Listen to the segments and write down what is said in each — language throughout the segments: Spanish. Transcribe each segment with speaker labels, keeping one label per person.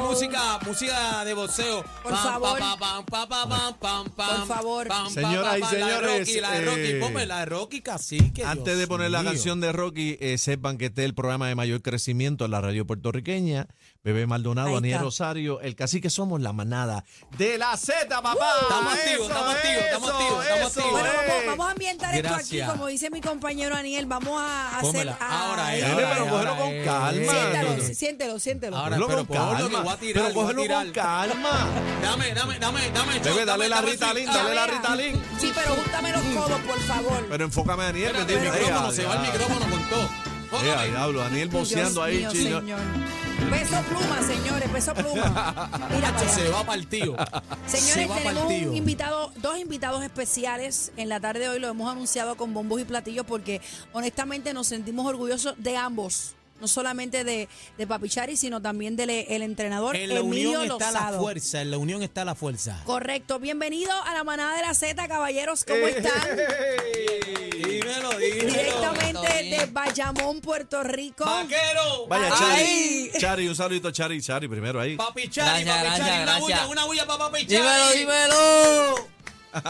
Speaker 1: música, música de boxeo.
Speaker 2: Por favor.
Speaker 1: Por
Speaker 2: Por favor.
Speaker 3: Señoras y
Speaker 1: La de
Speaker 3: señores,
Speaker 1: Rocky, la de Rocky,
Speaker 3: eh,
Speaker 1: ponme la de Rocky Cacique.
Speaker 3: Antes de
Speaker 1: Dios
Speaker 3: poner la
Speaker 1: mío.
Speaker 3: canción de Rocky, eh, sepan que este es el programa de mayor crecimiento en la radio puertorriqueña. Bebé Maldonado,
Speaker 2: Ahí
Speaker 3: Daniel
Speaker 2: está.
Speaker 3: Rosario, el cacique somos la manada de la Z, papá.
Speaker 1: Estamos activos,
Speaker 3: Eso,
Speaker 1: estamos activos, estamos
Speaker 3: eso,
Speaker 1: activos, estamos
Speaker 3: eso,
Speaker 1: activos.
Speaker 2: Bueno,
Speaker 3: eh.
Speaker 2: vamos, vamos a ambientar esto
Speaker 1: Gracias.
Speaker 2: aquí, como dice mi compañero Aniel. Vamos a hacer.
Speaker 1: Pónmela.
Speaker 2: a-
Speaker 1: Ahora es.
Speaker 3: Nene,
Speaker 1: ahora
Speaker 3: pero
Speaker 1: es,
Speaker 3: cógelo
Speaker 1: ahora
Speaker 3: con
Speaker 1: es.
Speaker 3: calma.
Speaker 2: Siéntalo, siéntelo, siéntelo.
Speaker 1: Ahora,
Speaker 3: Cógelo
Speaker 1: pero
Speaker 3: con
Speaker 1: ponlo, que
Speaker 3: calma,
Speaker 1: voy a tirar,
Speaker 3: pero
Speaker 1: voy a
Speaker 3: cógelo
Speaker 1: tirar.
Speaker 3: con calma.
Speaker 1: Dame, dame, dame, dame.
Speaker 3: Bebé,
Speaker 1: shot,
Speaker 3: dale
Speaker 1: dame,
Speaker 3: la
Speaker 1: dame
Speaker 3: Ritalin,
Speaker 1: shot.
Speaker 3: dale la
Speaker 2: Vea.
Speaker 3: Ritalin.
Speaker 2: Sí, pero júntame los codos, por favor.
Speaker 3: Pero enfócame a Daniel.
Speaker 1: Espérate,
Speaker 3: que
Speaker 1: el
Speaker 3: tiene-
Speaker 1: micrófono,
Speaker 3: Ea,
Speaker 1: se va el
Speaker 3: ya.
Speaker 1: micrófono con todo.
Speaker 3: Ea,
Speaker 1: Póngale.
Speaker 3: diablo, Daniel boceando
Speaker 2: Dios
Speaker 3: ahí,
Speaker 2: mío,
Speaker 3: chino.
Speaker 2: señor. Peso pluma, señores, peso pluma. Mira,
Speaker 1: Hacho,
Speaker 2: para allá.
Speaker 1: Se va partido. Se
Speaker 2: Señores,
Speaker 1: va
Speaker 2: tenemos
Speaker 1: partido.
Speaker 2: un invitado, dos invitados especiales en la tarde de hoy. Lo hemos anunciado con bombos y platillos porque honestamente nos sentimos orgullosos de ambos. No solamente de, de Papichari, sino también del el entrenador
Speaker 1: En la
Speaker 2: Emilio
Speaker 1: unión está la
Speaker 2: Lozado.
Speaker 1: fuerza, en la unión está la fuerza.
Speaker 2: Correcto. Bienvenido a la manada de la Z, caballeros. ¿Cómo
Speaker 1: Eh,
Speaker 2: están?
Speaker 1: Dímelo, dímelo.
Speaker 2: Directamente de Bayamón, Puerto Rico.
Speaker 1: Vaquero.
Speaker 3: Vaya,
Speaker 1: Ahí.
Speaker 3: Chari. Chari, un saludito, Chari, Chari, primero ahí.
Speaker 1: Papi Chari,
Speaker 4: Gracias,
Speaker 1: papi Chari,
Speaker 4: gracias,
Speaker 1: una bulla,
Speaker 4: gracias.
Speaker 1: una bulla para papi Chari.
Speaker 4: ¡Dímelo, dímelo!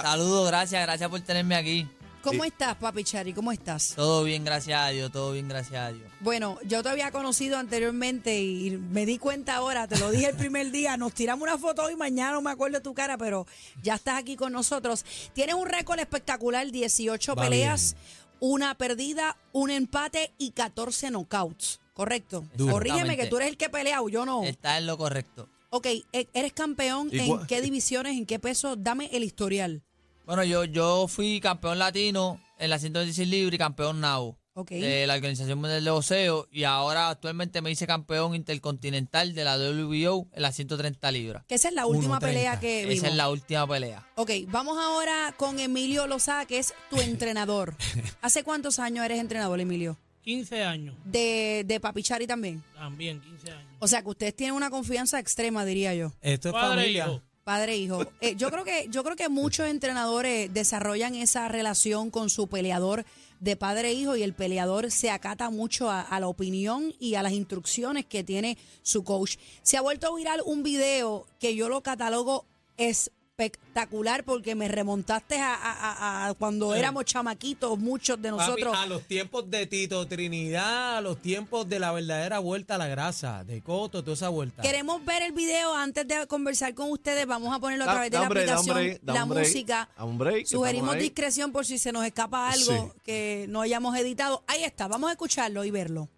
Speaker 4: Saludos, gracias, gracias por tenerme aquí.
Speaker 2: ¿Cómo estás, Papichari? ¿Cómo estás?
Speaker 4: Todo bien, gracias a Dios, todo bien, gracias a Dios.
Speaker 2: Bueno, yo te había conocido anteriormente y me di cuenta ahora, te lo dije el primer día, nos tiramos una foto hoy, mañana no me acuerdo de tu cara, pero ya estás aquí con nosotros. Tienes un récord espectacular, 18
Speaker 1: Va
Speaker 2: peleas, una perdida, un empate y 14 knockouts, ¿correcto?
Speaker 4: Duro.
Speaker 2: Corrígeme que
Speaker 4: Exactamente. Eh.
Speaker 2: tú eres el que pelea o yo no.
Speaker 4: Está en lo correcto.
Speaker 2: Ok, e- eres campeón
Speaker 3: ¿Y
Speaker 2: en
Speaker 3: cua-
Speaker 2: qué divisiones, en qué peso, dame el historial,
Speaker 4: Bueno, yo, yo fui campeón latino en la 116 libre y campeón NAO
Speaker 2: ¿ok?
Speaker 4: de la Organización Mundial de Boxeo y ahora actualmente me hice campeón intercontinental de la WBO en la 130 libras.
Speaker 2: que esa es la última
Speaker 1: 1.30.
Speaker 2: pelea que vimos.
Speaker 4: Esa es la última pelea.
Speaker 2: Ok, vamos ahora con Emilio Lozada, que es tu entrenador. ¿Hace cuántos años eres entrenador, Emilio?
Speaker 5: 15 años,
Speaker 2: De, de Papichari también.
Speaker 5: también 15 años.
Speaker 2: O sea, que ustedes tienen una confianza extrema, diría yo.
Speaker 1: Esto es
Speaker 5: Padre y
Speaker 1: familia.
Speaker 5: hijo.
Speaker 2: Padre e hijo. Eh, yo creo que yo creo que muchos entrenadores desarrollan esa relación con su peleador de padre e hijo y el peleador se acata mucho a, a la opinión y a las instrucciones que tiene su coach. Se ha vuelto viral un video que yo lo catalogo espectacular porque me remontaste a, a- a- a cuando
Speaker 5: Sí.
Speaker 2: éramos chamaquitos, muchos de
Speaker 1: Papi,
Speaker 2: nosotros.
Speaker 1: a los tiempos de Tito Trinidad, a los tiempos de la verdadera vuelta a la grasa, de Coto, toda esa vuelta.
Speaker 2: Queremos ver el video antes de conversar con ustedes. Vamos a ponerlo a
Speaker 3: Da-
Speaker 2: través de
Speaker 3: da un
Speaker 2: la
Speaker 3: break, da un
Speaker 2: aplicación,
Speaker 3: break, da
Speaker 2: la
Speaker 3: un break,
Speaker 2: música.
Speaker 3: da un break, que
Speaker 2: Sugerimos
Speaker 3: estamos ahí.
Speaker 2: discreción por si se nos escapa algo
Speaker 3: Sí.
Speaker 2: que no hayamos editado. Ahí está, vamos a escucharlo y verlo.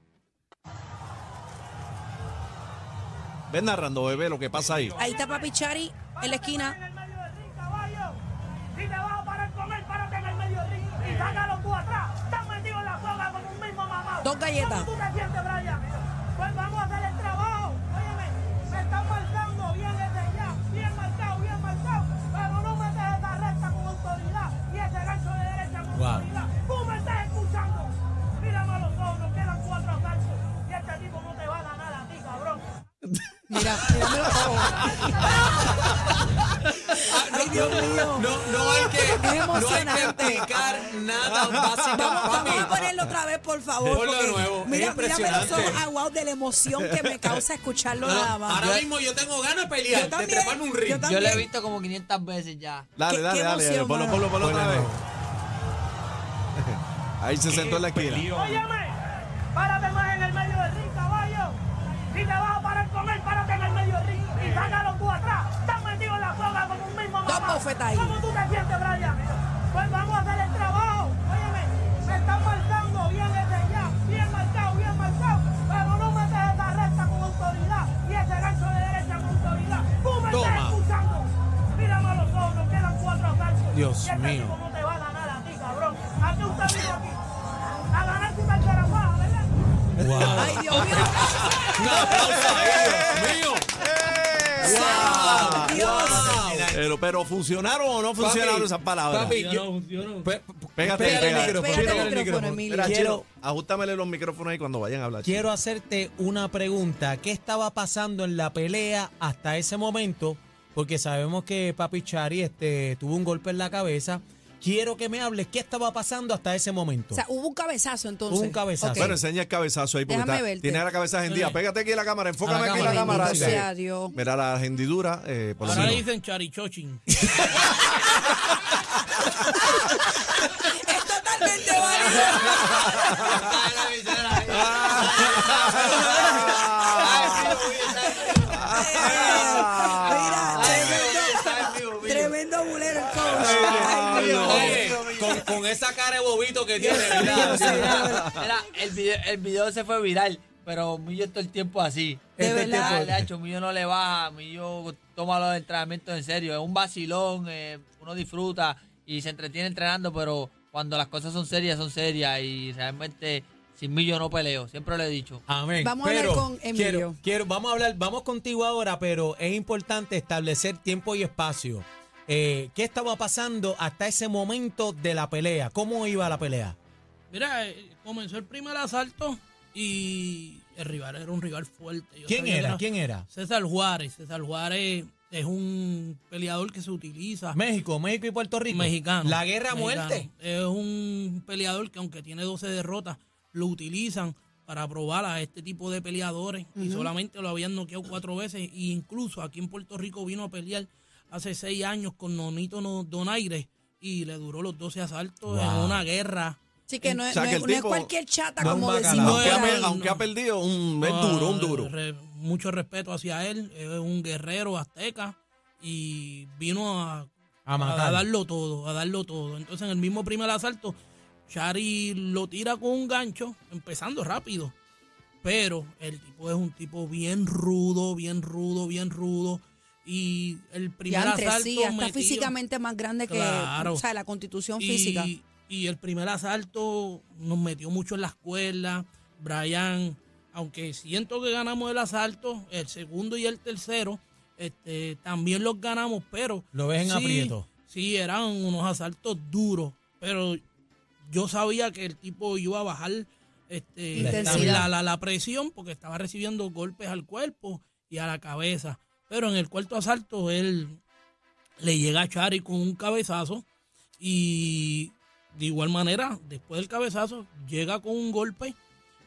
Speaker 3: Ven narrando, bebé, lo que pasa ahí.
Speaker 2: Ahí está Papi Chari en la
Speaker 6: en
Speaker 2: esquina.
Speaker 6: el medio del ring, caballo. Si te vas a parar con él, párate en el medio del ring y sácalo tú atrás. Estás metido en la soga con un mismo mamá.
Speaker 2: Dos galletas.
Speaker 6: ¿Cómo tú te sientes, Brian? Pues vamos a hacer el trabajo. Óyeme, me están marcando bien desde ya. Bien marcado, bien marcado. Pero no metes esa recta con autoridad y ese gancho de derecha con
Speaker 1: Wow.
Speaker 6: autoridad. Tú me estás escuchando. Mírame a los ojos, nos quedan cuatro asaltos. Y este tipo no te va a ganar a ti, cabrón.
Speaker 2: Mira, mírame los ojos.
Speaker 1: Ah, no,
Speaker 2: Ay, Dios mío.
Speaker 1: no, no hay que,
Speaker 2: Es
Speaker 1: no hay que
Speaker 2: emocionante.
Speaker 1: explicar nada básico,
Speaker 2: Vamos, vamos a
Speaker 1: papi.
Speaker 2: ponerlo otra vez, por favor.
Speaker 1: Ponlo de
Speaker 2: porque
Speaker 1: nuevo, es
Speaker 2: Mira, mírame los
Speaker 1: impresionante.
Speaker 2: ojos aguados de la emoción que me causa escucharlo
Speaker 1: No, no,
Speaker 2: nada más.
Speaker 1: ahora mismo yo tengo ganas de pelear,
Speaker 2: Yo también,
Speaker 1: de treparme un ring.
Speaker 2: yo
Speaker 4: Yo la he
Speaker 2: También.
Speaker 4: visto como 500 veces ya.
Speaker 3: Dale,
Speaker 2: Qué-
Speaker 3: dale,
Speaker 2: qué
Speaker 3: dale,
Speaker 2: emoción,
Speaker 3: Ponlo,
Speaker 2: mano.
Speaker 3: ponlo, ponlo otra
Speaker 1: Ponle,
Speaker 3: vez. Ahí se sentó en la esquina.
Speaker 6: Óyeme, párate más en el medio del ring, caballo. Si te vas a parar con él, párate en el medio del ring y sácalo tú atrás. Estás metido en la soga como un mismo
Speaker 2: Dos
Speaker 6: mamá.
Speaker 2: bofetas ahí.
Speaker 6: ¿Cómo tú te sientes, Brian? Pues vamos a hacer el trabajo. Óyeme, me están marcando bien desde ya. Bien marcado, bien marcado. Pero no metes esa recta con autoridad y ese gancho de derecha con autoridad. Tú me
Speaker 1: Toma.
Speaker 6: estás escuchando. Mírame a los ojos, nos quedan cuatro asaltos.
Speaker 1: Dios
Speaker 6: Y este
Speaker 1: mío.
Speaker 6: tipo no te va a ganar a ti, cabrón. ¿A qué usted vino aquí? A ganar tu carcarapaja, ¿verdad?
Speaker 2: Ay, Dios mío.
Speaker 1: Un aplauso ahí, Dios mío.
Speaker 2: Santo Dios.
Speaker 3: Pero, pero ¿funcionaron o no funcionaron
Speaker 1: Papi,
Speaker 3: esas palabras?
Speaker 1: papi, yo-
Speaker 5: Yo no, yo no.
Speaker 1: Pe- pégale
Speaker 3: Pégate,
Speaker 1: el
Speaker 3: pégale.
Speaker 1: micrófono,
Speaker 2: Pégate
Speaker 1: pégale
Speaker 2: el micrófono, Emilio.
Speaker 3: Mira,
Speaker 1: Quiero,
Speaker 3: Chino, ajustamele los micrófonos ahí cuando vayan a hablar. Chino.
Speaker 1: quiero hacerte una pregunta. ¿Qué estaba pasando en la pelea hasta ese momento? Porque sabemos que Papi Chari este, tuvo un golpe en la cabeza. Quiero que me hables qué estaba pasando hasta ese momento.
Speaker 2: O sea, hubo un cabezazo entonces.
Speaker 1: Hubo un cabezazo.
Speaker 2: Ok.
Speaker 3: Bueno, enseña el cabezazo ahí porque
Speaker 2: Déjame
Speaker 3: está-
Speaker 2: verte.
Speaker 3: tiene la cabeza hendida. Pégate aquí la cámara, enfócame
Speaker 4: A la
Speaker 3: aquí la
Speaker 4: cámara.
Speaker 3: cámara.
Speaker 2: Bendito
Speaker 3: este.
Speaker 2: sea Dios.
Speaker 3: Mira la hendidura. eh, por lo
Speaker 5: Ahora le
Speaker 3: menos.
Speaker 5: dicen charichochin.
Speaker 2: Es totalmente válido. Ah,
Speaker 3: Ah.
Speaker 2: Mira, tremendo bulero el coach. Ay, Dios.
Speaker 1: Oye, con, con esa cara de bobito que tiene,
Speaker 4: Mira,
Speaker 1: ¿verdad? Sí,
Speaker 4: el, video, el video se fue viral, pero Millo todo el tiempo así.
Speaker 2: De
Speaker 4: Todo el
Speaker 2: verdad.
Speaker 4: tiempo, de hecho, Millo no le baja, Millo toma los entrenamientos en serio. Es un vacilón, eh, uno disfruta y se entretiene entrenando, pero cuando las cosas son serias, son serias y realmente sin Millo no peleo, siempre lo he dicho.
Speaker 1: Amén.
Speaker 2: Vamos a hablar
Speaker 1: Pero
Speaker 2: con Emilio.
Speaker 1: Quiero, quiero- vamos a hablar, vamos contigo ahora, pero es importante establecer tiempo y espacio. Eh, ¿Qué estaba pasando hasta ese momento de la pelea? ¿Cómo iba la pelea?
Speaker 5: Mira, eh, comenzó el primer asalto y el rival era un rival fuerte. Yo
Speaker 1: ¿Quién
Speaker 5: sabía que
Speaker 1: era? ¿Quién era?
Speaker 5: César Juárez. César Juárez es un peleador que se utiliza.
Speaker 1: México, México y Puerto Rico.
Speaker 5: Mexicano.
Speaker 1: La guerra a
Speaker 5: Mexicano.
Speaker 1: muerte.
Speaker 5: Es un peleador que aunque tiene 12 derrotas, lo utilizan para probar a este tipo de peleadores y solamente lo habían noqueado cuatro veces. E incluso aquí en Puerto Rico vino a pelear hace seis años con Nonito No- Donaire y le duró los 12 asaltos en
Speaker 1: Wow.
Speaker 5: una guerra.
Speaker 2: Así que no, es-
Speaker 3: O sea,
Speaker 2: no
Speaker 3: que
Speaker 2: es,
Speaker 3: el
Speaker 2: no es
Speaker 3: tipo-
Speaker 2: cualquier chata
Speaker 1: no es un
Speaker 2: como
Speaker 1: bacalao.
Speaker 2: decimos.
Speaker 3: Aunque,
Speaker 2: por
Speaker 3: ha,
Speaker 2: ahí.
Speaker 3: pe- aunque ha perdido, un, es duro, un duro.
Speaker 5: Re- mucho respeto hacia él. Es un guerrero azteca y vino a
Speaker 1: A
Speaker 5: a
Speaker 1: matar.
Speaker 5: darlo todo, a darlo todo. Entonces, en el mismo primer asalto, Shari lo tira con un gancho, empezando rápido. Pero el tipo es un tipo bien rudo, bien rudo, bien rudo. Y el primer
Speaker 2: Diantre,
Speaker 5: asalto.
Speaker 2: sí, está
Speaker 5: metido-
Speaker 2: físicamente más grande que
Speaker 5: Claro.
Speaker 2: o sea, la constitución física.
Speaker 5: y el primer asalto nos metió mucho en la escuela. Brian, aunque siento que ganamos el asalto, el segundo y el tercero, este, también los ganamos, pero...
Speaker 1: Lo ves en
Speaker 5: sí,
Speaker 1: aprieto.
Speaker 5: Sí, eran unos asaltos duros, pero yo sabía que el tipo iba a bajar este,
Speaker 2: Intensidad.
Speaker 5: la- la- la presión porque estaba recibiendo golpes al cuerpo y a la cabeza. Pero en el cuarto asalto él le llega a Chari con un cabezazo y de igual manera, después del cabezazo, llega con un golpe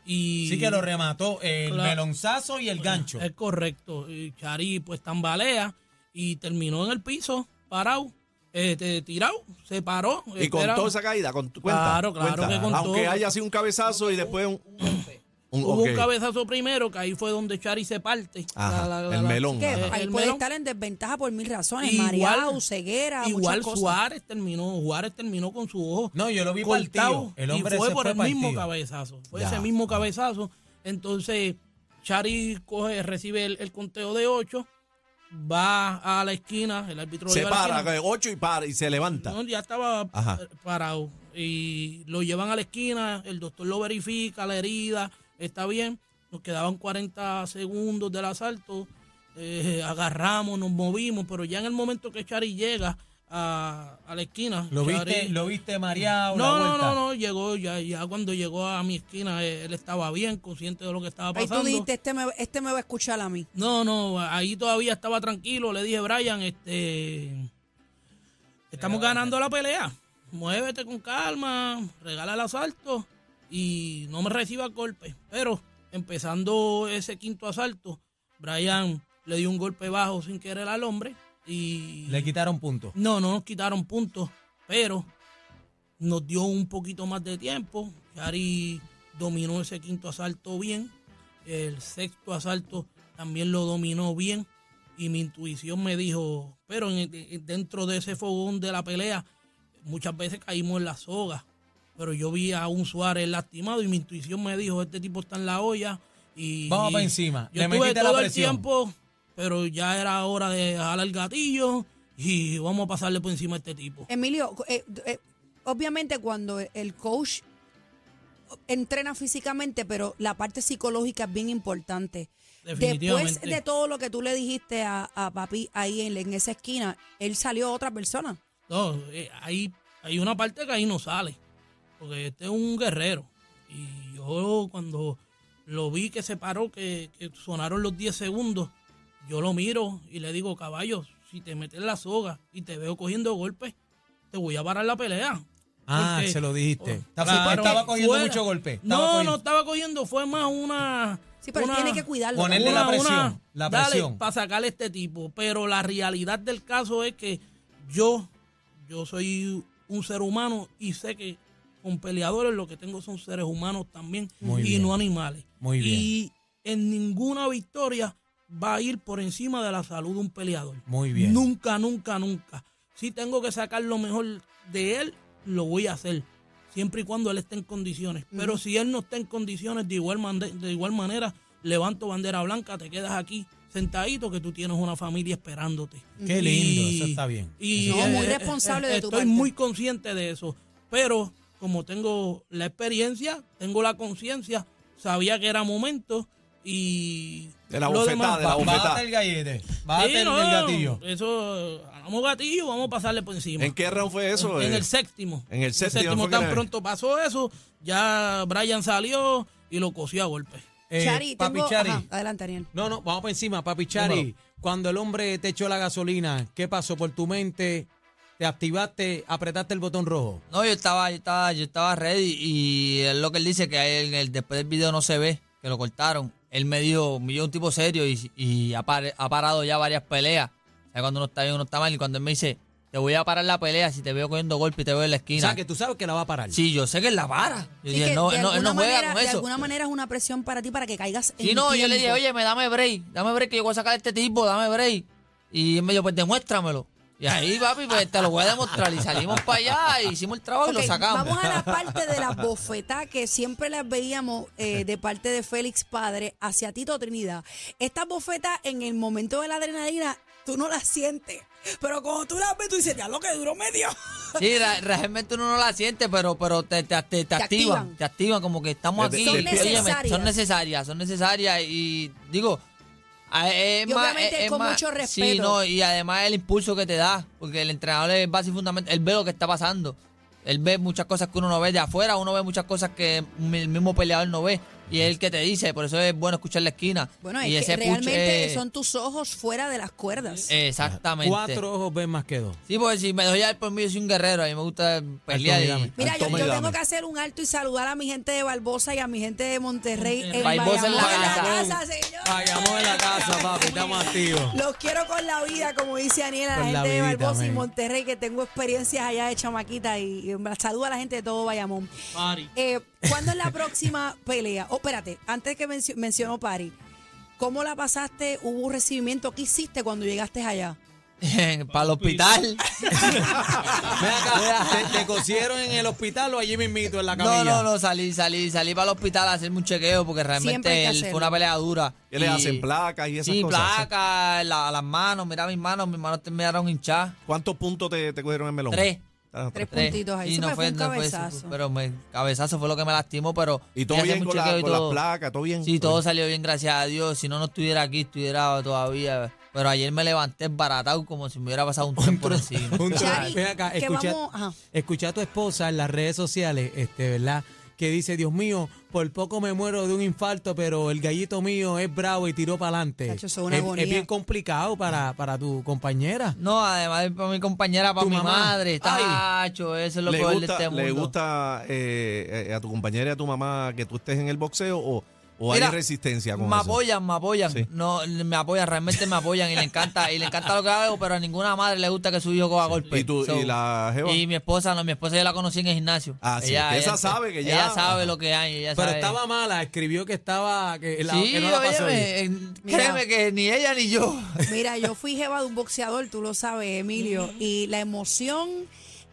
Speaker 5: y...
Speaker 1: Sí que lo remató el
Speaker 5: Claro.
Speaker 1: melonzazo y el gancho.
Speaker 5: Es correcto. Y Chari pues tambalea y terminó en el piso, parado, este, tirado, se paró.
Speaker 3: Y con
Speaker 5: Era-
Speaker 3: toda esa caída, con tu cuenta.
Speaker 5: Claro, claro
Speaker 3: cuenta.
Speaker 5: que con
Speaker 3: Aunque
Speaker 5: todo.
Speaker 3: haya sido un cabezazo y después un. un-
Speaker 5: Hubo
Speaker 3: ok.
Speaker 5: un cabezazo primero, que ahí fue donde Chari se parte.
Speaker 3: Ajá,
Speaker 5: La- la- la-
Speaker 3: el
Speaker 5: la-
Speaker 3: melón.
Speaker 2: que
Speaker 3: ajá.
Speaker 5: eh,
Speaker 2: ahí
Speaker 5: el
Speaker 2: puede
Speaker 5: melón.
Speaker 2: estar en desventaja por mil razones,
Speaker 5: Igual-
Speaker 2: mareado, ceguera,
Speaker 5: Igual
Speaker 2: muchas cosas.
Speaker 5: Juárez terminó, Juárez terminó con su ojo.
Speaker 1: No, yo lo vi partido.
Speaker 5: cortado
Speaker 1: El hombre
Speaker 5: y fue
Speaker 1: se
Speaker 5: por
Speaker 1: fue
Speaker 5: el mismo
Speaker 1: partido.
Speaker 5: cabezazo. Fue
Speaker 1: Ya.
Speaker 5: ese mismo cabezazo. Entonces, Chari coge, recibe el, el conteo de 8, va a la esquina, el árbitro
Speaker 3: Se
Speaker 5: lleva a la
Speaker 3: para,
Speaker 5: esquina.
Speaker 3: eh, ocho y para, y se levanta.
Speaker 5: No, ya estaba
Speaker 3: Ajá.
Speaker 5: eh, parado. Y lo llevan a la esquina, el doctor lo verifica, la herida, está bien. Nos quedaban 40 segundos del asalto. eh, agarramos, nos movimos, pero ya en el momento que Chari llega a, a la esquina.
Speaker 1: Lo viste,
Speaker 5: Chari-
Speaker 1: lo viste mareado. la
Speaker 5: no, no,
Speaker 1: vuelta.
Speaker 5: no, no, llegó, ya, ya cuando llegó a mi esquina, eh, él estaba bien, consciente de lo que estaba
Speaker 2: Ahí
Speaker 5: pasando.
Speaker 2: tú dijiste, este me, este me va a escuchar a mí.
Speaker 5: No, no, ahí todavía estaba tranquilo. Le dije, Brian, este. Estamos ganando la pelea. Muévete con calma, regala el asalto y no me reciba golpes. Pero empezando ese quinto asalto, Brian le dio un golpe bajo sin querer al hombre y.
Speaker 1: Le quitaron puntos.
Speaker 5: No, no nos quitaron puntos, pero nos dio un poquito más de tiempo. Yari dominó ese quinto asalto bien. El sexto asalto también lo dominó bien. Y mi intuición me dijo, pero en- en- dentro de ese fogón de la pelea, muchas veces caímos en la soga. Pero yo vi a un Suárez lastimado y mi intuición me dijo, este tipo está en la olla. Y,
Speaker 1: Vamos
Speaker 5: y
Speaker 1: pa' encima.
Speaker 5: Yo
Speaker 1: Le
Speaker 5: estuve
Speaker 1: metiste la
Speaker 5: todo el
Speaker 1: presión.
Speaker 5: tiempo, pero ya era hora de jalar el gatillo y vamos a pasarle por encima a este tipo.
Speaker 2: Emilio, eh, eh, obviamente cuando el coach entrena físicamente, pero la parte psicológica es bien importante. Después
Speaker 5: Definitivamente.
Speaker 2: de todo lo que tú le dijiste a, a papi ahí en, en esa esquina, él salió otra persona.
Speaker 5: No, eh, hay, hay una parte que ahí no sale. Porque este es un guerrero. Y yo cuando lo vi que se paró, que, que sonaron los 10 segundos, yo lo miro y le digo, caballo, si te metes la soga y te veo cogiendo golpes, te voy a parar la pelea.
Speaker 1: Ah,
Speaker 5: Porque-
Speaker 1: se lo dijiste.
Speaker 5: Oh,
Speaker 1: estaba,
Speaker 5: claro,
Speaker 1: estaba cogiendo
Speaker 5: fuera.
Speaker 1: mucho golpe.
Speaker 5: No,
Speaker 1: Estaba cogiendo-
Speaker 5: no estaba cogiendo, fue más una.
Speaker 2: Sí, pero él
Speaker 5: una-
Speaker 2: tiene que cuidarlo.
Speaker 1: Ponerle la presión, la presión.
Speaker 5: Dale, para sacarle este tipo. Pero la realidad del caso es que yo, yo soy un ser humano y sé que con peleadores lo que tengo son seres humanos también
Speaker 1: Muy
Speaker 5: y
Speaker 1: bien.
Speaker 5: no animales.
Speaker 1: Muy bien.
Speaker 5: Y en ninguna victoria va a ir por encima de la salud de un peleador.
Speaker 1: Muy bien.
Speaker 5: Nunca, nunca, nunca. Si tengo que sacar lo mejor de él, lo voy a hacer. Siempre y cuando él esté en condiciones. Pero si él no está en condiciones, de igual, mande- de igual manera, levanto bandera blanca, te quedas aquí sentadito que tú tienes una familia esperándote.
Speaker 1: Qué lindo, eso está bien.
Speaker 5: Y
Speaker 2: No, muy
Speaker 5: eh, eh,
Speaker 2: responsable de tu
Speaker 5: Estoy
Speaker 2: parte.
Speaker 5: muy consciente de eso. Pero como tengo la experiencia, tengo la conciencia, sabía que era momento y...
Speaker 3: De la
Speaker 5: lo
Speaker 3: bofetada, de la
Speaker 5: va-
Speaker 3: bofetada.
Speaker 1: Bájate el gallete. Bájate
Speaker 5: Sí,
Speaker 1: el,
Speaker 5: no,
Speaker 1: el gatillo.
Speaker 5: Eso, vamos gatillo, vamos a pasarle por encima.
Speaker 3: ¿En qué round fue eso?
Speaker 5: En
Speaker 3: eh?
Speaker 5: el séptimo.
Speaker 3: en el séptimo fue que
Speaker 5: tan
Speaker 3: le-
Speaker 5: pronto pasó eso, ya Brian salió y lo cosió a golpe.
Speaker 1: Eh,
Speaker 2: Chari,
Speaker 1: papi
Speaker 2: tengo-
Speaker 1: Chari.
Speaker 2: ajá, adelante, Ariel.
Speaker 1: No, no, vamos por encima, papi Chari.
Speaker 5: Dímelo.
Speaker 1: Cuando el hombre te echó la gasolina, ¿qué pasó por tu mente? ¿Te activaste, apretaste el botón rojo?
Speaker 4: No, yo estaba, yo estaba, yo estaba ready y es lo que él dice que él- él- después del video no se ve, que lo cortaron. Él me dijo, me dijo un tipo serio y, y ha, par- ha parado ya varias peleas. O sea, cuando uno está bien, uno está mal. Y cuando él me dice, te voy a parar la pelea si te veo cogiendo golpe y te veo en la
Speaker 1: O
Speaker 4: esquina.
Speaker 1: sea, que tú sabes que la va a parar.
Speaker 4: Sí, yo sé que él la para. Yo
Speaker 2: Sí,
Speaker 4: dije,
Speaker 2: que
Speaker 4: no,
Speaker 2: de
Speaker 4: no, él
Speaker 2: alguna
Speaker 4: no juega
Speaker 2: manera-
Speaker 4: con
Speaker 2: De
Speaker 4: eso.
Speaker 2: alguna manera es una presión para ti para que caigas en
Speaker 4: Sí, no, yo le dije,
Speaker 2: tiempo.
Speaker 4: oye, me dame break, dame break que yo voy a sacar a este tipo, dame break. Y él me dijo, pues demuéstramelo. Y ahí, papi, pues te lo voy a demostrar. Y salimos para allá, e hicimos el trabajo
Speaker 2: Ok,
Speaker 4: y lo sacamos.
Speaker 2: Vamos a la parte de las bofetadas que siempre las veíamos eh, de parte de Félix Padre hacia Tito Trinidad. Estas bofetas en el momento de la adrenalina, tú no las sientes. Pero cuando tú las ves, tú dices, ya lo que duró medio.
Speaker 4: Sí, ra- realmente uno no la siente, pero, pero te, te, te- te activan,
Speaker 2: activan.
Speaker 4: te activan como que estamos
Speaker 3: Te-
Speaker 4: aquí.
Speaker 3: te- te
Speaker 4: Óyeme,
Speaker 2: necesarias.
Speaker 4: son necesarias, son necesarias y digo, a- es
Speaker 2: Y
Speaker 4: más-
Speaker 2: obviamente
Speaker 4: es- es
Speaker 2: con
Speaker 4: más-
Speaker 2: mucho
Speaker 4: Sí,
Speaker 2: respeto.
Speaker 4: no, y además el impulso que te da, porque el entrenador es base y fundamento, él ve lo que está pasando. Él ve muchas cosas que uno no ve de afuera, uno ve muchas cosas que el mismo peleador no ve. Y es el que te dice, por eso es bueno escuchar la esquina.
Speaker 2: Bueno,
Speaker 4: y
Speaker 2: es Eh, que
Speaker 4: ese push,
Speaker 2: realmente
Speaker 4: eh,
Speaker 2: son tus ojos fuera de las cuerdas.
Speaker 4: Exactamente.
Speaker 1: Cuatro ojos ven más que dos.
Speaker 4: Sí, porque si me doy al por mí, yo soy un guerrero, a mí me gusta pelear. y-
Speaker 1: mírame.
Speaker 2: Mira, yo,
Speaker 3: Toma y
Speaker 2: yo
Speaker 3: dame.
Speaker 2: tengo que hacer un alto y saludar a mi gente de Barbosa y a mi gente de Monterrey en
Speaker 4: Barbosa
Speaker 2: Bayamón,
Speaker 4: en la casa.
Speaker 2: señor.
Speaker 1: Vayamos de la casa, papi, estamos activos.
Speaker 2: Los quiero con la vida, como dice Aniela, la
Speaker 1: Con la
Speaker 2: gente de
Speaker 1: vidita,
Speaker 2: Barbosa y
Speaker 1: amén.
Speaker 2: Monterrey, que tengo experiencias allá de chamaquita y, y saludo a la gente de todo Bayamón.
Speaker 5: Pari.
Speaker 2: Eh, ¿Cuándo es la próxima pelea? Oh, espérate, antes que mencio- menciono Pari, ¿cómo la pasaste? ¿Hubo un recibimiento? ¿Qué hiciste cuando llegaste allá?
Speaker 4: para el hospital.
Speaker 1: Ven acá, ¿te, te cosieron en el hospital o allí mismito en la
Speaker 4: No,
Speaker 1: camilla?
Speaker 4: no, no, salí, salí, salí para el hospital a hacerme un chequeo porque
Speaker 2: Siempre hay que
Speaker 4: realmente él-
Speaker 2: hacerlo.
Speaker 4: fue una pelea dura.
Speaker 3: ¿Qué le hacen? ¿Placas y esas
Speaker 4: sí,
Speaker 3: cosas?
Speaker 4: placas, la- las manos, mira mis manos, mis manos terminaron hinchadas.
Speaker 3: ¿Cuántos puntos te, te cogieron en melón?
Speaker 4: Tres.
Speaker 3: Ah,
Speaker 2: Tres
Speaker 4: Tres.
Speaker 2: puntitos ahí.
Speaker 4: Sí,
Speaker 2: Eso
Speaker 4: no
Speaker 2: me fue un
Speaker 4: no fue-
Speaker 2: cabezazo.
Speaker 4: pero me, cabezazo fue lo que me lastimó, pero.
Speaker 3: ¿Y
Speaker 4: fui
Speaker 3: todo
Speaker 4: a
Speaker 3: bien
Speaker 4: hacerme un
Speaker 3: con, la-
Speaker 4: chequeo y
Speaker 3: con las
Speaker 4: todo.
Speaker 3: placas? ¿Todo bien? pues.
Speaker 4: Sí, todo salió bien, gracias a Dios. Si no, no estuviera aquí, estuviera todavía. Pero ayer me levanté baratado como si me hubiera pasado un tiempo encima.
Speaker 1: Un
Speaker 2: Chari,
Speaker 1: tra- Ven acá,
Speaker 2: que
Speaker 1: escuché,
Speaker 2: vamos- ajá.
Speaker 1: escuché a tu esposa en las redes sociales, este, ¿verdad? Que dice, Dios mío, por poco me muero de un infarto, pero el gallito mío es bravo y tiró para adelante.
Speaker 2: Chacho,
Speaker 1: Es,
Speaker 2: eso es una agonía.
Speaker 1: es bien complicado para, para tu compañera.
Speaker 4: No, además de para mi compañera, para
Speaker 1: ¿Tu
Speaker 4: mi
Speaker 1: mamá? Ay.
Speaker 4: madre, tacho, eso es lo
Speaker 3: ¿Le
Speaker 4: peor de este
Speaker 3: gusta,
Speaker 4: mundo.
Speaker 3: ¿Le gusta eh, eh, a tu compañera y a tu mamá que tú estés en el boxeo o, o
Speaker 4: Mira,
Speaker 3: hay resistencia con
Speaker 4: Me
Speaker 3: eso?
Speaker 4: apoyan, me apoyan.
Speaker 3: Sí.
Speaker 4: No, me apoyan, realmente me apoyan y le encanta, y le encanta lo que hago, pero a ninguna madre le gusta que su hijo coja golpe.
Speaker 3: ¿Y, tú,
Speaker 4: So,
Speaker 3: ¿Y la jeva?
Speaker 4: y mi esposa, no, mi esposa yo la conocí en el gimnasio.
Speaker 3: Ah, sí, que esa sabe que ya-
Speaker 4: Ella sabe lo que hay, ella
Speaker 1: Pero
Speaker 4: sabe.
Speaker 1: estaba mala, escribió que estaba... Que, la-
Speaker 4: sí,
Speaker 1: que no la pasó
Speaker 4: óyeme,
Speaker 1: bien.
Speaker 4: eh,
Speaker 2: Mira.
Speaker 4: créeme que ni ella ni yo.
Speaker 2: Mira, yo fui jeva de un boxeador, tú lo sabes, Emilio, y la emoción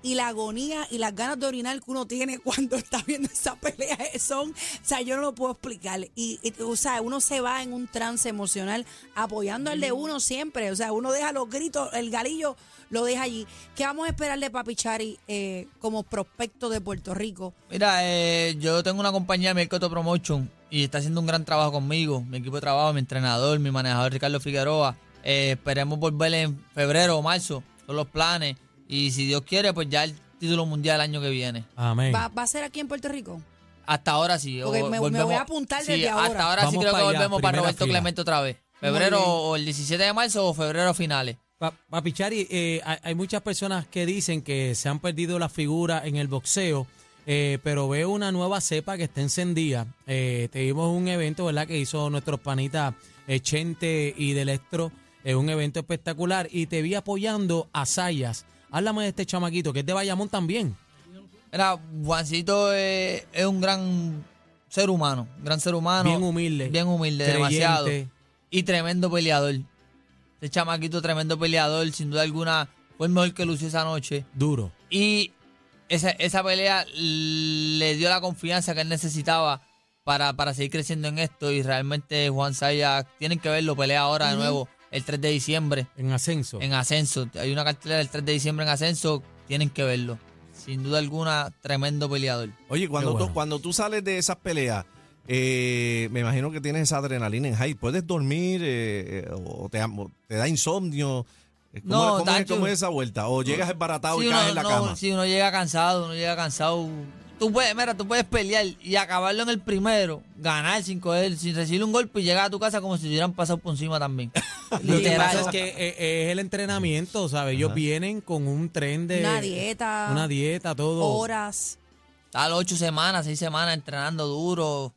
Speaker 2: y la agonía y las ganas de orinar que uno tiene cuando está viendo esa pelea eh, son, o sea, yo no lo puedo explicar. Y, y, o sea, uno se va en un trance emocional apoyando al de uno siempre, o sea, uno deja los gritos, el galillo lo deja allí. ¿Qué vamos a esperar de Papi Chari eh, como prospecto de Puerto Rico?
Speaker 4: Mira, eh, yo tengo una compañía, Mercoto Promotion, y está haciendo un gran trabajo conmigo. Mi equipo de trabajo, mi entrenador, mi manejador Ricardo Figueroa. Eh, esperemos volver en febrero o marzo. Son los planes. Y si Dios quiere, pues ya el título mundial el año que viene.
Speaker 3: Eh.
Speaker 1: Amén.
Speaker 2: ¿Va, va a ser aquí en Puerto Rico?
Speaker 4: Hasta ahora sí. o
Speaker 2: Ok, me- me
Speaker 4: volvemos-
Speaker 2: voy a apuntar
Speaker 4: sí,
Speaker 2: desde ahora.
Speaker 4: Hasta ahora
Speaker 1: Vamos
Speaker 4: sí creo
Speaker 1: para
Speaker 4: que
Speaker 1: allá,
Speaker 4: volvemos para
Speaker 1: primera
Speaker 4: Roberto
Speaker 1: fila.
Speaker 4: Clemente otra vez.
Speaker 2: Muy
Speaker 4: Febrero
Speaker 2: bien.
Speaker 4: o el 17 de marzo o febrero finales.
Speaker 1: Pa- Papichari, eh, hay, hay muchas personas que dicen que se han perdido la figura en el boxeo, eh, pero veo una nueva cepa que está encendida. Eh, tuvimos un evento, ¿verdad?, que hizo nuestros panitas eh, Chente y Delestro, eh, un evento espectacular, y te vi apoyando a Sayas. Háblame de este chamaquito, que es de Bayamón también.
Speaker 4: Era, Juancito eh, es un gran ser humano, un gran ser humano.
Speaker 1: Bien humilde.
Speaker 4: Bien humilde,
Speaker 1: creyente.
Speaker 4: demasiado. Y tremendo peleador. Ese chamaquito, tremendo peleador, sin duda alguna, fue el mejor que lució esa noche.
Speaker 1: Duro.
Speaker 4: Y esa, esa pelea le dio la confianza que él necesitaba para, para seguir creciendo en esto. Y realmente Juan Sayas, tienen que verlo, pelea ahora de nuevo, el 3 de diciembre,
Speaker 1: En ascenso.
Speaker 4: en ascenso. Hay una cartelera del 3 de diciembre en ascenso, tienen que verlo. Sin duda alguna, tremendo peleador.
Speaker 3: Oye, cuando,
Speaker 1: Qué bueno.
Speaker 3: tú, cuando tú sales de esas peleas, eh, me imagino que tienes esa adrenalina en high. ¿Puedes dormir eh, eh, o te, am- te da insomnio? Eh, ¿Cómo,
Speaker 4: No,
Speaker 3: cómo es,
Speaker 4: Tacho.
Speaker 3: cómo es esa vuelta? ¿O llegas embaratado
Speaker 4: Si
Speaker 3: y
Speaker 4: uno,
Speaker 3: caes en la
Speaker 4: no-
Speaker 3: cama?
Speaker 4: si uno llega cansado, uno llega cansado. Tú puedes, mira, tú puedes pelear y acabarlo en el primero, ganar sin coger, sin recibir un golpe y llegar a tu casa como si te hubieran pasado por encima también.
Speaker 1: Lo que
Speaker 4: Literal.
Speaker 1: pasa es que eh, es el entrenamiento, ¿sabes? Ellos vienen con un tren de...
Speaker 2: Una dieta.
Speaker 1: Una dieta, todo.
Speaker 2: Horas.
Speaker 4: Tal ocho semanas, seis semanas entrenando duro.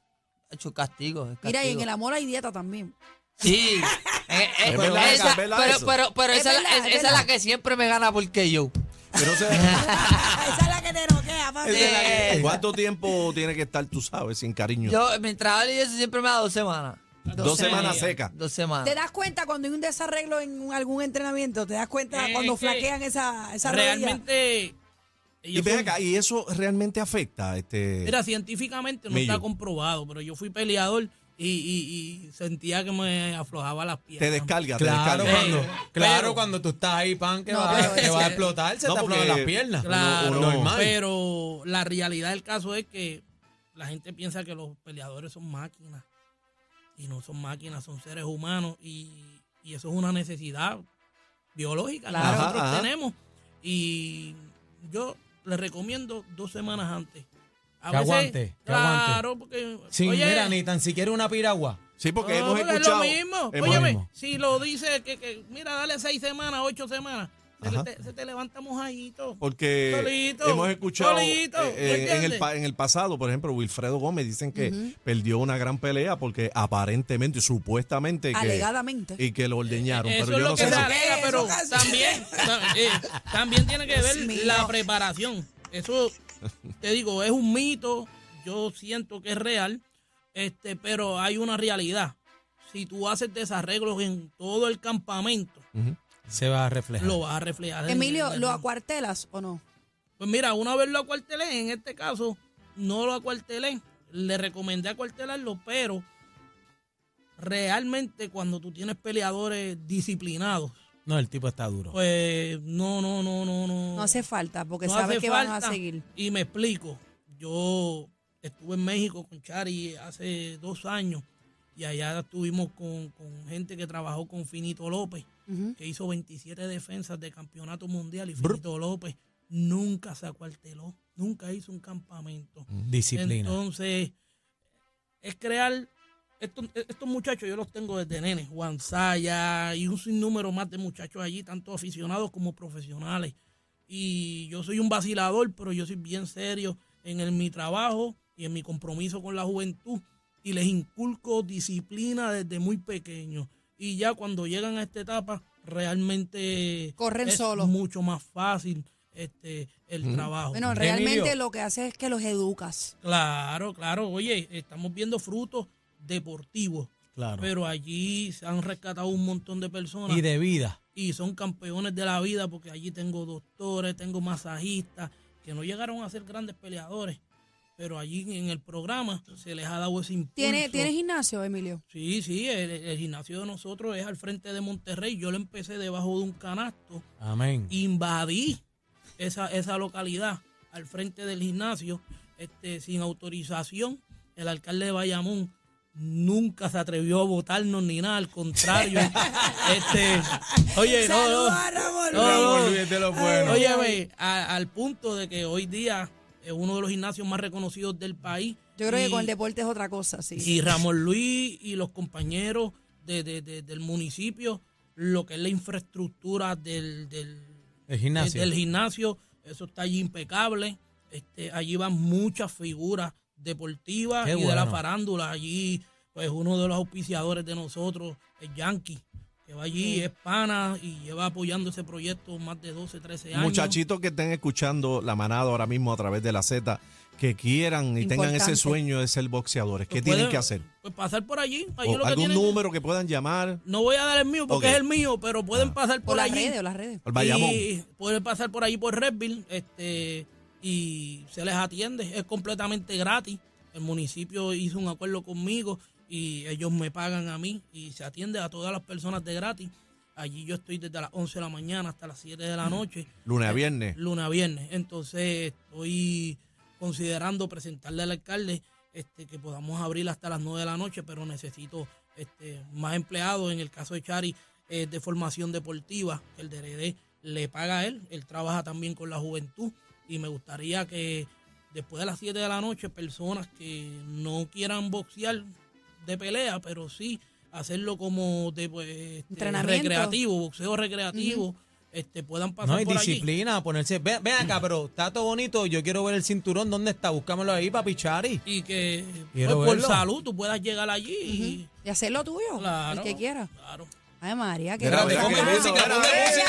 Speaker 4: Ha hecho castigos. es
Speaker 2: Mira, y en
Speaker 4: castigo.
Speaker 2: el amor hay dieta también.
Speaker 4: Sí. Eh, eh,
Speaker 3: Es
Speaker 4: pero
Speaker 3: verdad,
Speaker 4: esa-
Speaker 3: es verdad
Speaker 4: pero-
Speaker 3: eso.
Speaker 4: pero- pero
Speaker 2: Es
Speaker 4: esa es la-
Speaker 2: verdad,
Speaker 4: es-
Speaker 2: es
Speaker 4: esa es la
Speaker 2: verdad.
Speaker 4: que siempre me gana porque yo.
Speaker 3: Pero no sé-
Speaker 2: Esa es la que te noquea, papi.
Speaker 3: es de la que-
Speaker 4: Eh.
Speaker 3: ¿Cuánto tiempo tiene que estar, tú sabes, sin cariño?
Speaker 4: Yo, mi trabajo y eso siempre me da dos semanas.
Speaker 3: Dos semanas secas.
Speaker 4: Dos semanas.
Speaker 2: ¿Te das cuenta cuando hay un desarreglo en un- algún entrenamiento? ¿Te das cuenta
Speaker 5: Eh,
Speaker 2: cuando
Speaker 5: que
Speaker 2: flaquean esa, esa rodilla?
Speaker 5: Realmente.
Speaker 3: Y
Speaker 5: ellos
Speaker 3: ven
Speaker 5: son-
Speaker 3: acá, ¿y eso realmente afecta? Este,
Speaker 5: Mira, científicamente no
Speaker 3: Millo.
Speaker 5: está comprobado, pero yo fui peleador y, y- y sentía que me aflojaba las piernas.
Speaker 3: te descarga,
Speaker 1: Claro,
Speaker 3: te
Speaker 1: cuando,
Speaker 3: descarga.
Speaker 5: Eh,
Speaker 1: claro
Speaker 5: pero-
Speaker 1: cuando tú estás ahí, pan, que,
Speaker 2: No,
Speaker 1: va,
Speaker 2: pero
Speaker 1: que
Speaker 2: es
Speaker 1: va a
Speaker 2: que-
Speaker 1: explotar, se
Speaker 3: No,
Speaker 1: te aflojan
Speaker 3: porque-
Speaker 1: las piernas.
Speaker 5: Claro,
Speaker 3: Uno- uno-
Speaker 1: normal.
Speaker 5: pero la realidad del caso es que la gente piensa que los peleadores son máquinas y no son máquinas, son seres humanos y, y eso es una necesidad biológica
Speaker 2: Claro.
Speaker 5: que nosotros
Speaker 3: Ajá, ajá.
Speaker 5: tenemos. Y yo les recomiendo dos semanas antes. A
Speaker 1: Que aguante, que aguante.
Speaker 5: Claro, porque
Speaker 1: Sin,
Speaker 5: oye,
Speaker 1: mira, ni tan siquiera una piragua.
Speaker 3: Sí, porque
Speaker 5: no,
Speaker 3: hemos
Speaker 5: porque
Speaker 3: escuchado.
Speaker 5: Es lo mismo.
Speaker 3: hemos-
Speaker 5: Óyeme,
Speaker 1: mismo.
Speaker 5: si lo dice que, que, mira, dale seis semanas, ocho semanas, se,
Speaker 3: Ajá.
Speaker 5: te, se te levanta mojadito.
Speaker 3: Porque
Speaker 5: Solito,
Speaker 3: hemos escuchado
Speaker 5: solito,
Speaker 3: eh, eh,
Speaker 5: ¿me
Speaker 3: en, el,
Speaker 5: entiendes?
Speaker 3: pa- en el pasado, por ejemplo, Wilfredo Gómez dicen que perdió una gran pelea porque aparentemente, supuestamente, que-
Speaker 2: Alegadamente.
Speaker 3: y que lo ordeñaron.
Speaker 5: Eh, Eso
Speaker 3: pero
Speaker 5: es
Speaker 3: yo
Speaker 5: lo
Speaker 3: no
Speaker 5: que
Speaker 3: sé
Speaker 5: se
Speaker 3: si-
Speaker 5: alega,
Speaker 2: Eso
Speaker 5: pero
Speaker 2: casi.
Speaker 5: también, eh, también tiene que
Speaker 2: Dios
Speaker 5: ver
Speaker 2: mío.
Speaker 5: la preparación. Eso, te digo, es un mito, yo siento que es real, este, pero hay una realidad. Si tú haces desarreglos en todo el campamento,
Speaker 1: Se va a reflejar.
Speaker 5: lo vas a reflejar. en- en
Speaker 2: Emilio,
Speaker 5: el
Speaker 2: ¿lo
Speaker 5: ring.
Speaker 2: acuartelas o no?
Speaker 5: Pues mira, una vez lo acuartelé, en este caso no lo acuartelé, le recomendé acuartelarlo, pero realmente cuando tú tienes peleadores disciplinados,
Speaker 1: No, el tipo está duro.
Speaker 5: pues no, no, no, no, no.
Speaker 2: No hace falta, porque
Speaker 5: no
Speaker 2: sabes
Speaker 5: hace
Speaker 2: que van a
Speaker 5: falta.
Speaker 2: seguir.
Speaker 5: Y me explico, yo estuve en México con Chari hace dos años y allá estuvimos con, con gente que trabajó con Finito López,
Speaker 2: Ujú.
Speaker 5: que hizo 27 defensas de campeonato mundial y Finito López nunca se acuarteló, nunca hizo un campamento.
Speaker 1: Disciplina.
Speaker 5: Entonces, es crear. Estos, estos muchachos yo los tengo desde nene, Juan Saya y un sinnúmero más de muchachos allí, tanto aficionados como profesionales. Y yo soy un vacilador, pero yo soy bien serio en el- mi trabajo y en mi compromiso con la juventud. Y les inculco disciplina desde muy pequeño. Y ya cuando llegan a esta etapa, realmente
Speaker 2: Corren
Speaker 5: es
Speaker 2: solos.
Speaker 5: mucho más fácil este el trabajo.
Speaker 2: Bueno,
Speaker 1: Emilio.
Speaker 2: realmente lo que hace es que los educas.
Speaker 5: Claro, claro. Oye, estamos viendo frutos deportivos,
Speaker 1: claro.
Speaker 5: pero allí se han rescatado un montón de personas
Speaker 1: Y
Speaker 5: y,
Speaker 1: de vida.
Speaker 5: son campeones de la vida porque allí tengo doctores, tengo masajistas que no llegaron a ser grandes peleadores, pero allí en el programa se les ha dado ese impulso.
Speaker 2: ¿Tiene, ¿Tienes gimnasio, Emilio?
Speaker 5: Sí, sí, el, el gimnasio de nosotros es al frente de Monterrey. Yo lo empecé debajo de un canasto
Speaker 1: Amén.
Speaker 5: invadí esa, esa localidad al frente del gimnasio este, sin autorización. El alcalde de Bayamón nunca se atrevió a votarnos ni nada, al contrario. este, oye, no, no,
Speaker 2: Saluda, Ramón.
Speaker 5: no, no.
Speaker 1: Ramón Luis de los buenos.
Speaker 5: Óyeme, a- al punto de que hoy día es uno de los gimnasios más reconocidos del país.
Speaker 2: Yo creo
Speaker 5: Y-
Speaker 2: que con el deporte es otra cosa, sí.
Speaker 5: y Ramón Luis y los compañeros de, de- de- del municipio lo que es la infraestructura del, del,
Speaker 1: El gimnasio.
Speaker 5: del gimnasio, eso está allí impecable. Este, allí van muchas figuras deportivas
Speaker 1: Qué
Speaker 5: y de la
Speaker 1: bueno.
Speaker 5: farándula. Allí, pues uno de los auspiciadores de nosotros, el Yankee, que va allí, es pana y lleva apoyando ese proyecto más de 12, 13 años.
Speaker 3: Muchachitos que estén escuchando la manada ahora mismo a través de la Z, que quieran y tengan ese
Speaker 2: Importante.
Speaker 3: sueño de ser boxeadores, ¿qué
Speaker 5: Pues
Speaker 3: tienen
Speaker 5: puede-
Speaker 3: que hacer?
Speaker 5: Pues pasar por allí. allí
Speaker 3: O
Speaker 5: lo que
Speaker 3: algún
Speaker 5: tienen-
Speaker 3: número que puedan llamar
Speaker 5: No voy a dar el mío porque
Speaker 3: Ok. Ah.
Speaker 5: es el mío, pero pueden pasar
Speaker 2: O
Speaker 5: por
Speaker 2: las
Speaker 5: allí.
Speaker 2: redes, o las redes.
Speaker 3: al Bayamón.
Speaker 5: Y pueden pasar por ahí por Redville este, y se les atiende. Es completamente gratis. El municipio hizo un acuerdo conmigo y ellos me pagan a mí y se atiende a todas las personas de gratis. Allí yo estoy desde las 11 de la mañana hasta las 7 de la noche,
Speaker 3: lunes a viernes.
Speaker 5: lunes a viernes. Entonces estoy considerando presentarle al alcalde este, que podamos abrir hasta las 9 de la noche, pero necesito este, más empleados. En el caso de Chari, es de formación deportiva, que el DRD le paga a él. Él trabaja también con la juventud y me gustaría que después de las 7 de la noche, personas que no quieran boxear de pelea, pero sí hacerlo como de, pues, este,
Speaker 2: Entrenamiento.
Speaker 5: recreativo, boxeo recreativo, este, puedan pasar
Speaker 1: No, y
Speaker 5: por allí.
Speaker 1: disciplina, ponerse. Ven, ven acá, pero está todo bonito. Yo quiero ver el cinturón. ¿Dónde está? Búscamelo ahí, papi Chari.
Speaker 5: y que pues,
Speaker 1: Quiero
Speaker 5: por
Speaker 1: verlo.
Speaker 5: salud tú puedas llegar allí y
Speaker 2: Y hacer lo tuyo,
Speaker 5: claro,
Speaker 2: el que quiera.
Speaker 5: claro.
Speaker 2: Ay, María, que
Speaker 3: Grande,
Speaker 1: Espérate,
Speaker 3: Mira,
Speaker 1: ponme
Speaker 3: mira,
Speaker 1: música,
Speaker 3: mira,
Speaker 1: ponme
Speaker 3: mira,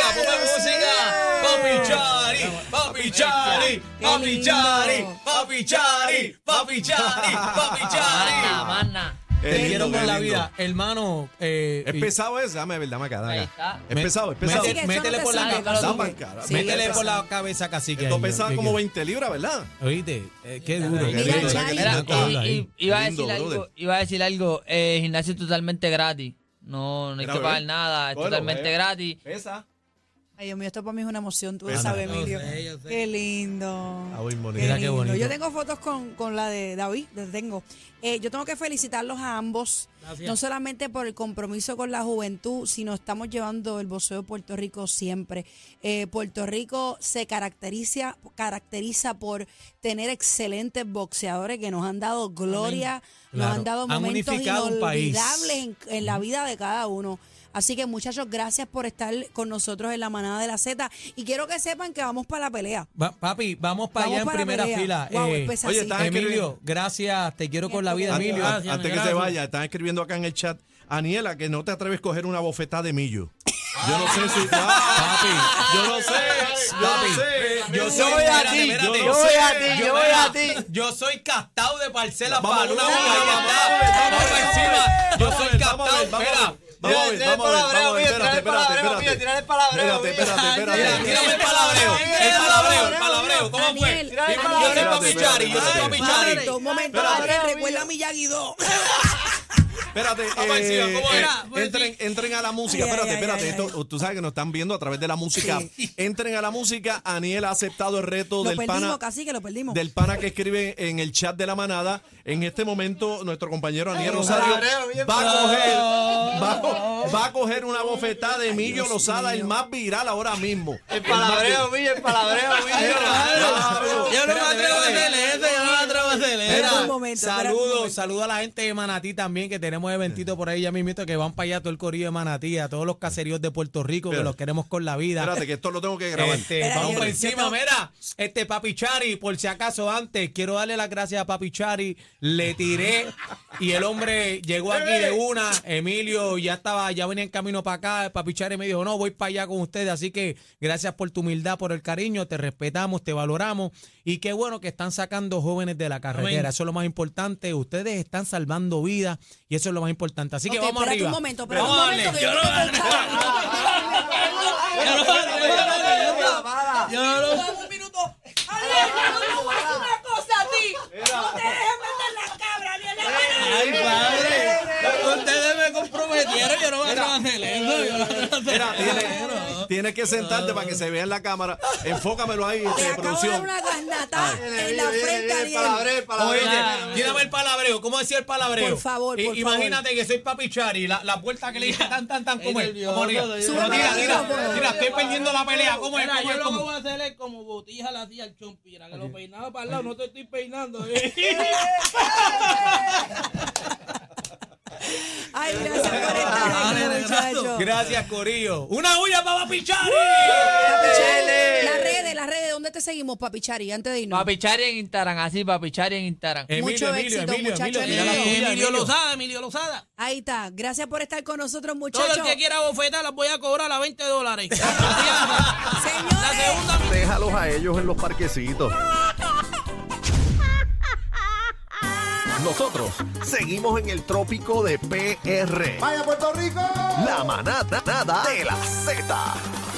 Speaker 1: música, ponme música. Papi Chari, papi Chari, papi Chari, papi Chari, papi Chari, papi
Speaker 4: Mana,
Speaker 1: Chari.
Speaker 4: mana.
Speaker 3: Qué
Speaker 1: Te
Speaker 3: lindo,
Speaker 1: quiero
Speaker 3: qué
Speaker 1: con la
Speaker 3: lindo.
Speaker 1: vida, hermano. eh,
Speaker 3: Es
Speaker 1: y-
Speaker 3: pesado ese, dame ver, dame acá, dame
Speaker 4: Ahí
Speaker 3: acá.
Speaker 4: está.
Speaker 3: Es pesado, es pesado.
Speaker 2: Así que eso
Speaker 1: Métele
Speaker 2: no te
Speaker 1: por la
Speaker 2: sale,
Speaker 1: cara,
Speaker 2: no lo
Speaker 3: dame
Speaker 2: tuyo.
Speaker 3: cara,
Speaker 2: Sí,
Speaker 1: Métele
Speaker 2: eso.
Speaker 1: por la cabeza cacique.
Speaker 3: Esto
Speaker 1: ahí,
Speaker 3: pesaba
Speaker 1: yo-
Speaker 3: como
Speaker 1: yo-
Speaker 3: 20 libras, ¿verdad?
Speaker 1: Oíste, eh, qué duro.
Speaker 3: Mira,
Speaker 1: qué duro,
Speaker 2: Chari.
Speaker 1: qué
Speaker 4: Mira,
Speaker 1: lindo, habla
Speaker 4: y-
Speaker 1: ahí.
Speaker 4: y- iba, a
Speaker 3: Lindo,
Speaker 4: decir algo,
Speaker 3: brother.
Speaker 4: iba a decir algo. eh, gimnasio totalmente gratis. No, no hay
Speaker 3: Mira,
Speaker 4: que
Speaker 3: bebé.
Speaker 4: pagar nada. Es
Speaker 3: Cógelo,
Speaker 4: totalmente
Speaker 3: bebé.
Speaker 4: gratis.
Speaker 3: Pesa.
Speaker 2: Ay, Dios mío, esto para mí es una emoción, tú lo
Speaker 3: Pesa.
Speaker 2: sabes,
Speaker 5: Yo
Speaker 2: Emilio.
Speaker 5: sé, yo sé.
Speaker 2: Qué lindo.
Speaker 3: Ah, muy bonito.
Speaker 1: Mira qué
Speaker 2: lindo.
Speaker 1: bonito.
Speaker 2: Yo tengo fotos con, con la de David, las tengo. Eh, yo tengo que felicitarlos a ambos,
Speaker 5: Gracias.
Speaker 2: no solamente por el compromiso con la juventud, sino estamos llevando el boxeo de Puerto Rico siempre. Eh, Puerto Rico se caracteriza, caracteriza por tener excelentes boxeadores que nos han dado gloria,
Speaker 1: Claro.
Speaker 2: nos han dado
Speaker 1: Han
Speaker 2: momentos
Speaker 1: unificado un país.
Speaker 2: inolvidables en, en la vida de cada uno. Así que muchachos, gracias por estar con nosotros en la manada de la Z y quiero que sepan que vamos para la pelea.
Speaker 1: Va- papi, vamos para
Speaker 2: Vamos
Speaker 1: allá en
Speaker 2: para la
Speaker 1: primera
Speaker 2: pelea.
Speaker 1: fila.
Speaker 2: Guau,
Speaker 1: eh,
Speaker 2: empieza
Speaker 3: oye,
Speaker 2: así.
Speaker 3: está-
Speaker 1: Emilio, gracias. Te quiero con la vida,
Speaker 3: An-
Speaker 1: Emilio.
Speaker 3: an-
Speaker 5: Gracias,
Speaker 3: antes que se
Speaker 5: gracias.
Speaker 3: vaya, están escribiendo acá en el chat. Aniela, que no te atreves a coger una bofetada de millo. Yo no sé si. Ah, yo no sé. Yo
Speaker 1: Papi,
Speaker 3: no sé.
Speaker 1: yo
Speaker 3: Yo
Speaker 1: soy
Speaker 3: no
Speaker 1: voy
Speaker 3: sé.
Speaker 1: a ti,
Speaker 3: Espérate,
Speaker 1: yo
Speaker 3: no
Speaker 1: voy
Speaker 3: sé.
Speaker 1: a ti, yo voy a ti. Yo soy captado de parcela
Speaker 3: Vamos,
Speaker 1: para una
Speaker 3: vamos,
Speaker 1: boca,
Speaker 3: vamos,
Speaker 1: ya
Speaker 3: vamos,
Speaker 1: está.
Speaker 3: vamos,
Speaker 1: Vamos
Speaker 3: vamos,
Speaker 1: encima.
Speaker 3: vamos,
Speaker 1: Yo
Speaker 3: vamos,
Speaker 1: soy
Speaker 3: vamos,
Speaker 1: captado.
Speaker 3: vamos,
Speaker 1: Espera.
Speaker 3: vamos,
Speaker 1: Tira- tira
Speaker 3: vamos,
Speaker 1: el
Speaker 3: vamos,
Speaker 1: palabreo,
Speaker 3: espérate,
Speaker 1: tira el
Speaker 3: espérate,
Speaker 1: palabreo,
Speaker 3: espérate.
Speaker 1: Emilio, tira el palabreo,
Speaker 3: Espérate,
Speaker 1: Emilio.
Speaker 3: espérate, espérate.
Speaker 1: Tira- tírame el palabreo, el palabreo, el palabreo. ¿Cómo fue?
Speaker 2: Daniel,
Speaker 1: Tira el
Speaker 2: Daniel,
Speaker 1: palabreo. Yo soy
Speaker 3: espérate,
Speaker 1: papi Chari, yo soy
Speaker 3: espérate.
Speaker 1: papi
Speaker 2: Un
Speaker 1: Chari.
Speaker 2: momento, un momento,
Speaker 3: Espérate.
Speaker 2: Daniel, recuerda a Miyagi 2.
Speaker 3: Espérate,
Speaker 1: Vamos
Speaker 3: eh,
Speaker 1: encima, ¿cómo era?
Speaker 3: eh, entren, entren a la música.
Speaker 2: pues, Ay,
Speaker 3: espérate,
Speaker 2: ay,
Speaker 3: espérate.
Speaker 2: ay,
Speaker 3: esto- tú sabes que nos están viendo a través de la música. Entren a la música. Aniel ha aceptado el reto
Speaker 2: Lo
Speaker 3: del pana.
Speaker 2: perdimos, casi que lo perdimos.
Speaker 3: Del pana que escribe en el chat de la manada. En este momento, nuestro compañero Aniel Rosario va a coger, va a, co- va a coger una bofetada de Emilio Lozada, el más viral ahora mismo.
Speaker 4: El palabreo, mira, el palabreo,
Speaker 3: Claro.
Speaker 1: Yo no me atrevo a hacer eso, yo no me atrevo a hacer
Speaker 2: Espera
Speaker 1: eso.
Speaker 2: un momento, espera un
Speaker 1: Saludos,
Speaker 2: momento.
Speaker 1: saludos a la gente de Manatí también, que tenemos eventito por ahí ya mismito, que van para allá todo el corillo de Manatí, a todos los caseríos de Puerto Rico, que
Speaker 3: Espera.
Speaker 1: los queremos con la vida.
Speaker 3: Espérate, que esto lo tengo que grabar.
Speaker 1: Este,
Speaker 2: Espera,
Speaker 1: vamos
Speaker 2: yo-
Speaker 1: por
Speaker 2: yo
Speaker 1: encima,
Speaker 2: tengo-
Speaker 1: mira, este Papi Chari, por si acaso antes, quiero darle las gracias a Papi Chari, le tiré y el hombre llegó aquí de una, Emilio ya estaba, ya venía en camino para acá, Papi Chari me dijo, no, voy para allá con ustedes, así que gracias por tu humildad, por el cariño, te respetamos, te valoramos y qué bueno que están sacando jóvenes de la carretera,
Speaker 5: Amén.
Speaker 1: eso es lo más importante, ustedes están salvando vidas y eso es lo más importante, así que
Speaker 2: Ok,
Speaker 1: vamos
Speaker 2: espérate
Speaker 1: arriba.
Speaker 2: un momento, espérate
Speaker 1: Vamos
Speaker 2: un
Speaker 1: a darle.
Speaker 2: momento que yo tengo que
Speaker 6: un minuto. Ariel, yo te voy a decir una cosa a ti. No te dejes meter las cabras, Ariel.
Speaker 5: Ay, padre, ustedes me comprometieron, yo no voy a hacer
Speaker 3: Mira, tienes, tienes que sentarte para que se vea en la cámara. Enfócamelo ahí,
Speaker 2: Te
Speaker 3: este,
Speaker 2: acabo de dar
Speaker 3: producción.
Speaker 2: una garnata en la frente, Ariel.
Speaker 1: Oye, tírame el palabreo. ¿Cómo decía el palabreo?
Speaker 2: Por favor,
Speaker 1: I-
Speaker 2: por
Speaker 1: Imagínate que soy papi Chari. La, la puerta que le hice tan, tan, tan. ¿Cómo es?
Speaker 5: nervioso,
Speaker 1: ¿Cómo diga?
Speaker 5: estoy
Speaker 1: Pero tira,
Speaker 2: nervioso.
Speaker 1: tira.
Speaker 2: Súbeme,
Speaker 1: Tira, estoy perdiendo la pelea. ¿Cómo es?
Speaker 5: Mira,
Speaker 1: ¿Cómo
Speaker 5: yo
Speaker 1: es?
Speaker 5: lo que
Speaker 1: ¿Cómo
Speaker 5: voy
Speaker 1: es?
Speaker 5: a hacer es como botija la hacía al chompira, que lo peinaba para el lado, no te estoy peinando.
Speaker 2: Ay, gracias por estar aquí, muchachos.
Speaker 1: Gracias, Corillo. ¡Una huya para Papichari!
Speaker 2: Papichari, Las redes, las redes, ¿dónde te seguimos, Papichari? Antes de irnos.
Speaker 4: Papichari en Instagram, así, papichari en Instagram.
Speaker 1: Emilio,
Speaker 2: Mucho
Speaker 1: Emilio,
Speaker 2: éxito,
Speaker 1: Emilio,
Speaker 2: muchacho,
Speaker 1: Emilio, mira la
Speaker 2: Emilio.
Speaker 1: tuya,
Speaker 5: Emilio
Speaker 1: Emilio.
Speaker 5: Lozada, Emilio Lozada.
Speaker 2: Ahí está. Gracias por estar con nosotros,
Speaker 5: Todo
Speaker 2: muchachos.
Speaker 5: el que quiera bofetar las voy a cobrar a 20 dólares. La
Speaker 2: Señores.
Speaker 5: segunda mitad.
Speaker 7: Déjalos a ellos en los parquecitos. Nosotros seguimos en el trópico de PR. ¡Vaya Puerto Rico! La manada nada de la Z.